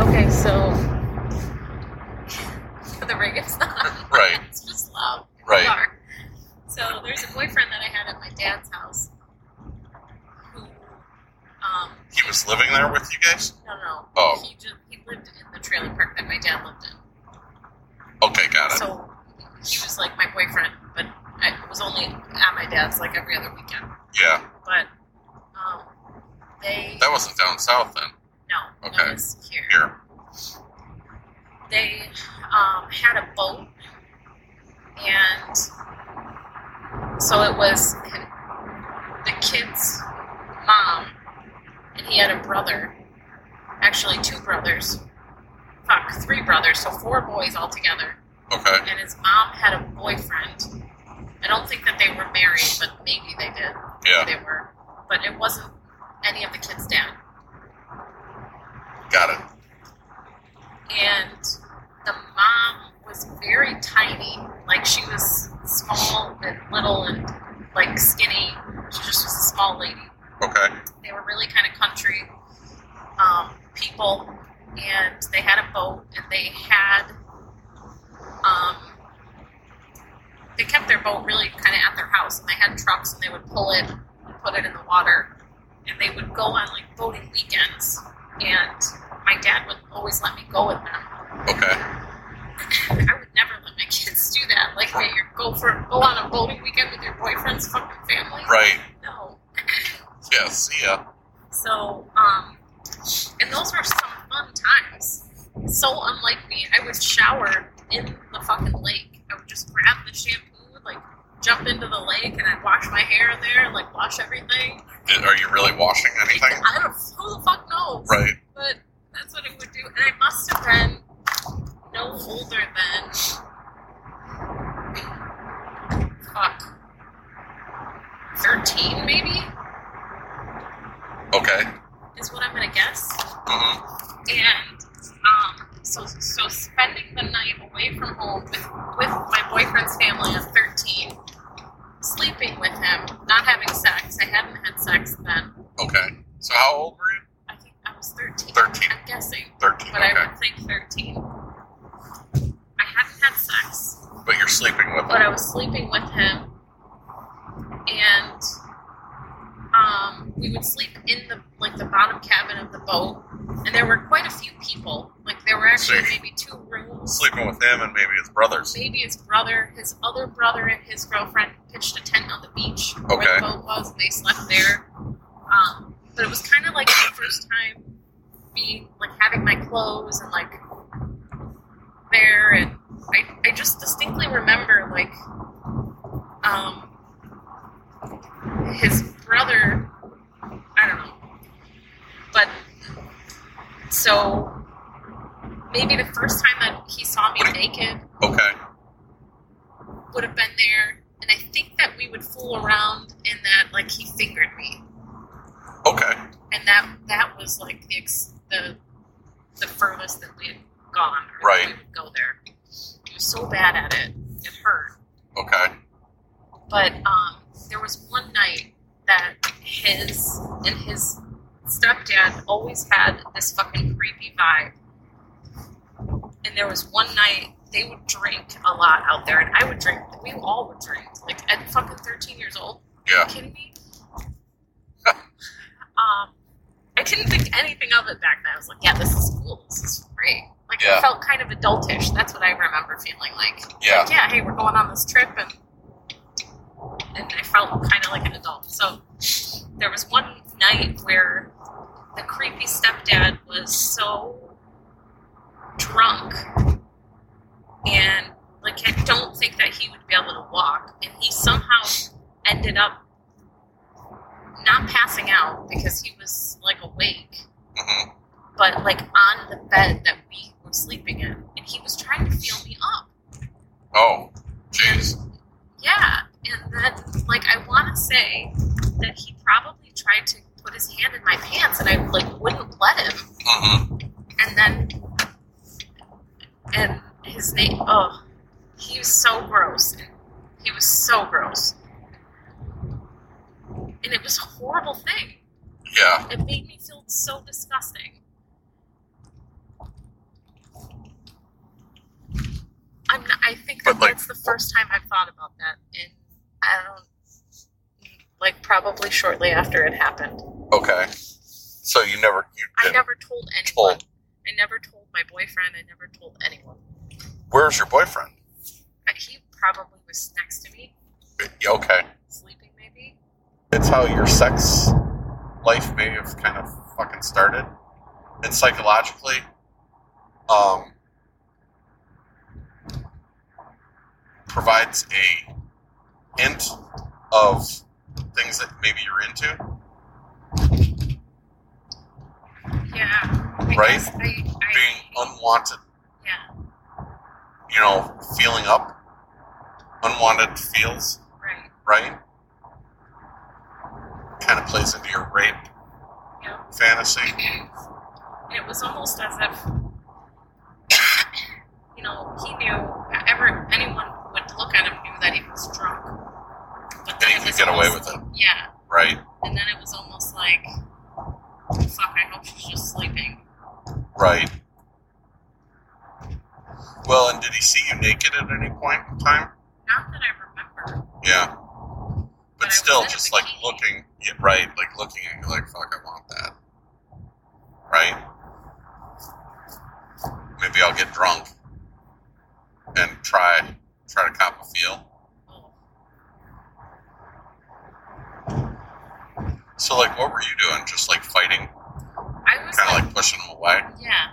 Okay, so the ring is on. Right. it's just love. in the Right. bar. So there's a boyfriend that I had at my dad's house who, um, He was living there with you guys? no, no, Oh. he just he lived in the trailer park that my dad lived in. Okay, got it. So he was like my boyfriend, but I was only at my dad's like every other weekend. yeah. But um, they That wasn't down south then. no, okay. no, it's here. Here. they um, had a boat, and so it was the kid's mom, and he had a brother, actually two brothers, fuck, three brothers, so four boys altogether. Okay. And his mom had a boyfriend. I don't think that they were married, but maybe they did. Yeah. They were, but it wasn't any of the kids' dad. Got it. and the mom was very tiny. Like she was small and little and like skinny. She just was a small lady. Okay. They were really kind of country um, people, and they had a boat and they had um, they kept their boat really kind of at their house, and they had trucks and they would pull it and put it in the water, and they would go on like boating weekends. And my dad would always let me go with them. Okay. I would never let my kids do that. Like, they go for go on a bowling weekend with your boyfriend's fucking family. Right. No. Yeah. See ya. So, um, and those were some fun times. So unlike me, I would shower in the fucking lake. I would just grab the shampoo, like jump into the lake, and I'd wash my hair in there, like wash everything. Did- Are you really washing anything? I don't who the fuck knows. Right. But that's what it would do. And I must have been no older than. Fuck. 13, maybe, Okay. is what I'm gonna guess. hmm And, um, so, so spending the night away from home with, with my boyfriend's family at 13, sleeping with him, not having sex. I hadn't had sex then. Okay. So how old were you? I think I was 13. 13. I'm guessing. Thirteen. but Okay. I would think 13. I hadn't had sex, But you're sleeping with but him. I was sleeping with him, and um, we would sleep in the like the bottom cabin of the boat, and there were quite a few people. Like there were actually See. maybe two rooms. Sleeping with him and maybe his brothers. Maybe his brother, his other brother, and his girlfriend pitched a tent on the beach where Okay. the boat was, and they slept there. Um, but it was kind of like my first time being like having my clothes and like there, and I, I just distinctly remember like um, his brother. I don't know, but so maybe the first time that he saw me What do naked Okay. would have been there, and I think that we would fool around in that like he fingered me, Okay. and that that was like the ex- the the furthest that we had gone. Or that Right. We would go there. He was so bad at it, it hurt. Okay. But um, there was one night that his and his stepdad always had this fucking creepy vibe. And there was one night they would drink a lot out there, and I would drink. We all would drink. Like at fucking thirteen years old. Are Yeah. you kidding me? um, I didn't think anything of it back then. I was like, yeah, this is cool. This is great. Like Yeah. it felt kind of adultish. That's what I remember feeling like Yeah. like, yeah, hey, we're going on this trip, and and I felt kind of like an adult. So there was one night where the creepy stepdad was so drunk, and like I don't think that he would be able to walk, and he somehow ended up not passing out because he was like awake hmm but like on the bed that we were sleeping in and he was trying to feel me up Oh. Jeez. Yeah, and then like I want to say that he probably tried to put his hand in my pants, and I like wouldn't let him. hmm And then, and his name, oh, he was so gross. He was so gross, and it was a horrible thing. Yeah. It made me feel so disgusting. like- that's the first time I've thought about that, and I don't like probably shortly after it happened. Okay. So you never you I didn't. never told anyone. Told. I never told my boyfriend. I never told anyone. Where's your boyfriend? But he probably was next to me, Yeah, Okay. sleeping maybe. It's how your sex life may have kind of fucking started. And psychologically, um, provides a hint of things that maybe you're into. Yeah. I Right? guess I, I, Being unwanted, yeah. you know, feeling up, unwanted feels, Right. right? Kind of plays into your rape Yeah. fantasy. It was almost as if you know he knew ever anyone who would look at him knew that he was drunk. But And then he it could was get away almost- with it, Yeah. right? And then it was almost like, fuck, I hope she's just sleeping. Right. Well, and did he see you naked at any point in time? Not that I remember. Yeah. But, But I was still, in a just like bikini. looking, yeah, right? Like looking and you're like, fuck, I want that. Right? Maybe I'll get drunk and try try to cop a feel. Oh, So, like, what were you doing? Just like fighting, I was kind of like, like pushing him away. yeah,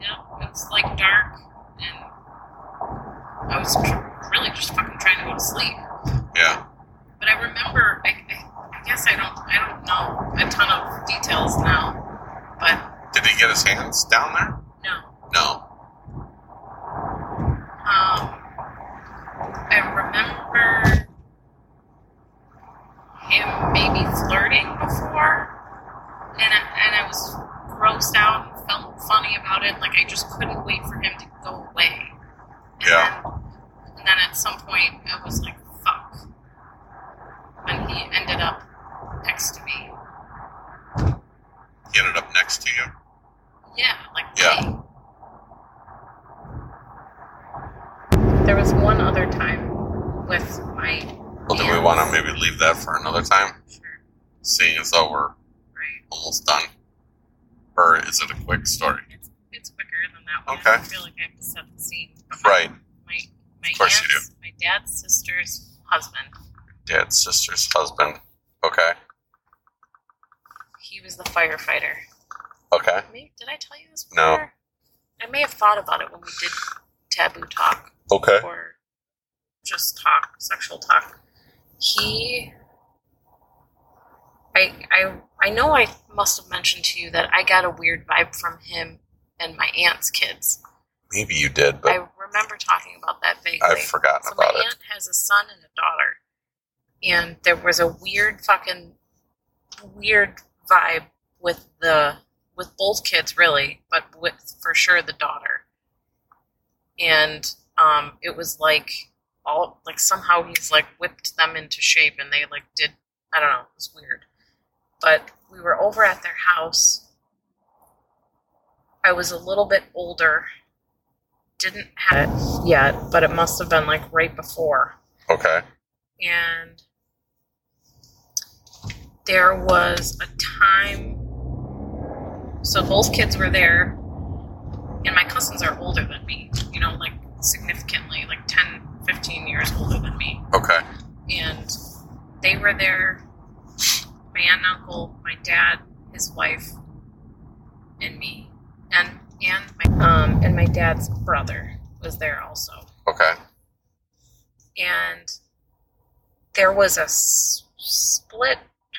yeah. It was like dark, and I was tr- really just fucking trying to go to sleep. Yeah. But I remember, I, I, I guess I don't, I don't know a ton of details now, but Did he get his hands down there? no. No. Um, I remember him maybe flirting before, and I, and I was grossed out and felt funny about it. Like I just couldn't wait for him to go away. And Yeah. Then, and then at some point, I was like, "Fuck," when he ended up next to me. He ended up next to you. Yeah, like Yeah. laying. There was one other time with my Well, do Oh, we Yeah. want to maybe leave that for another time? sure, Seeing as though we're right? almost done. Or is it a quick story? It's it's quicker than that one. I Okay. feel like I have to set the scene. But my- Right. My my Of course you aunt's, my dad's sister's husband. Dad's sister's husband. Okay. He was the firefighter. Okay. May- Did I tell you this before? No. I may have thought about it when we did taboo talk. Okay. or just talk, sexual talk. He, I, I, I know I must have mentioned to you that I got a weird vibe from him and my aunt's kids. Maybe you did, but I remember talking about that vaguely. I've forgotten so my about it. aunt has a son and a daughter, and there was a weird fucking weird vibe with the with both kids really, but with for sure the daughter. And um, it was like all like somehow he's like whipped them into shape, and they like did I don't know it was weird, but we were over at their house. I was a little bit older. Didn't have it yet, but it must have been like right before Okay. and there was a time so both kids were there and my cousins are older than me you know like significantly like 10 15 years older than me Okay. and they were there my aunt and uncle my dad his wife and me and and my um and my dad's brother was there also Okay. and there was a s- split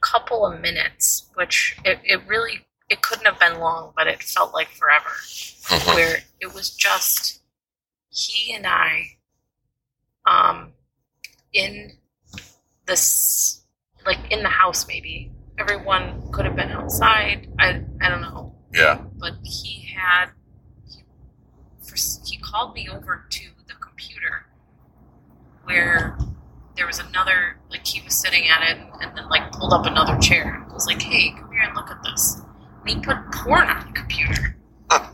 couple of minutes which it, it really it couldn't have been long but it felt like forever Mhm. where it was just he and i um in this like in the house maybe everyone could have been outside i i don't know Yeah. but he had he, for, he called me over to the computer where there was another like he was sitting at it and, then like pulled up another chair and was like hey come here and look at this and he put porn on the computer Huh.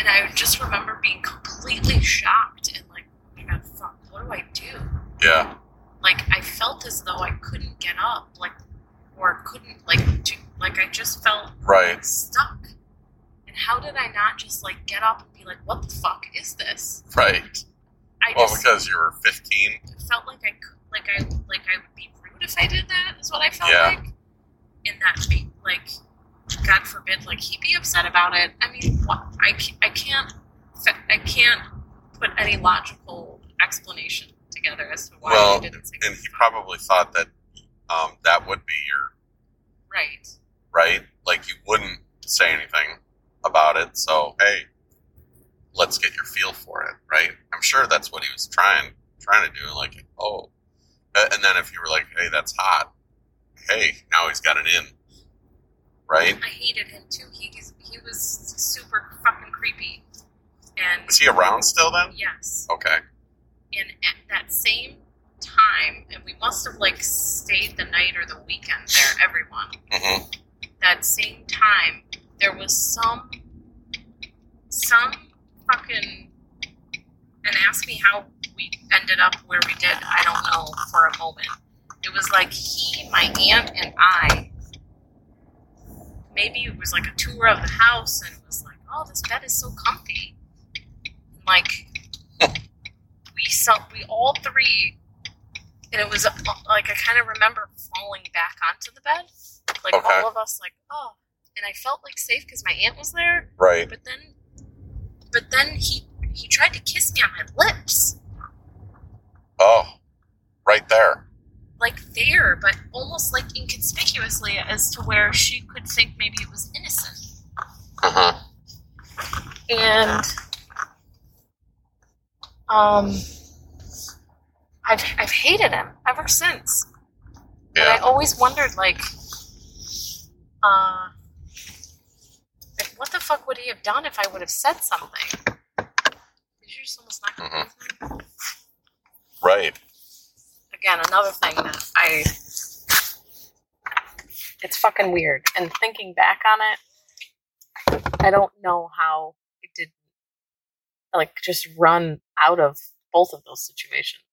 and i just remember being completely shocked and like do I do? Yeah. Like I felt as though I couldn't get up, like or couldn't like do, like I just felt Right. stuck. And how did I not just like get up and be like, what the fuck is this? Right. I Well, just because you were 15. felt like I could, like I like I would be rude if I did that. Is what I felt Yeah. like. And that made like, God forbid, like he'd be upset about it. I mean, what? I ca- I can't fa- I can't put any logical explanation together as to why Well, he didn't say And he probably thought that um, that would be your right. right. Like you wouldn't say anything about it. So hey, let's get your feel for it. Right. I'm sure that's what he was trying trying to do. Like oh, Uh, and then if you were like, hey, that's hot. Hey, now he's got it in. Right. I hated him too. He he was super fucking creepy. And Is he around still then? yes, Okay. and at that same time, and we must have like stayed the night or the weekend there. Everyone. hmm that same time there was some some fucking and ask me how we ended up where we did i don't know for a moment it was like he my aunt and i maybe it was like a tour of the house and it was like oh this bed is so comfy like we saw we all three and it was uh, like i kind of remember falling back onto the bed like Okay. all of us like oh and i felt like safe because my aunt was there Right. but then but then he he tried to kiss me on my lips Oh, right there. like there but almost like inconspicuously as to where she could think maybe it was innocent Uh huh. and um I've, I've hated him ever since and i Yeah. always wondered like uh like, what the fuck would he have done if i would have said something Did you just almost knock Mhm. me over? Right. again another thing that i it's fucking weird and thinking back on it i don't know how it did like just run out of both of those situations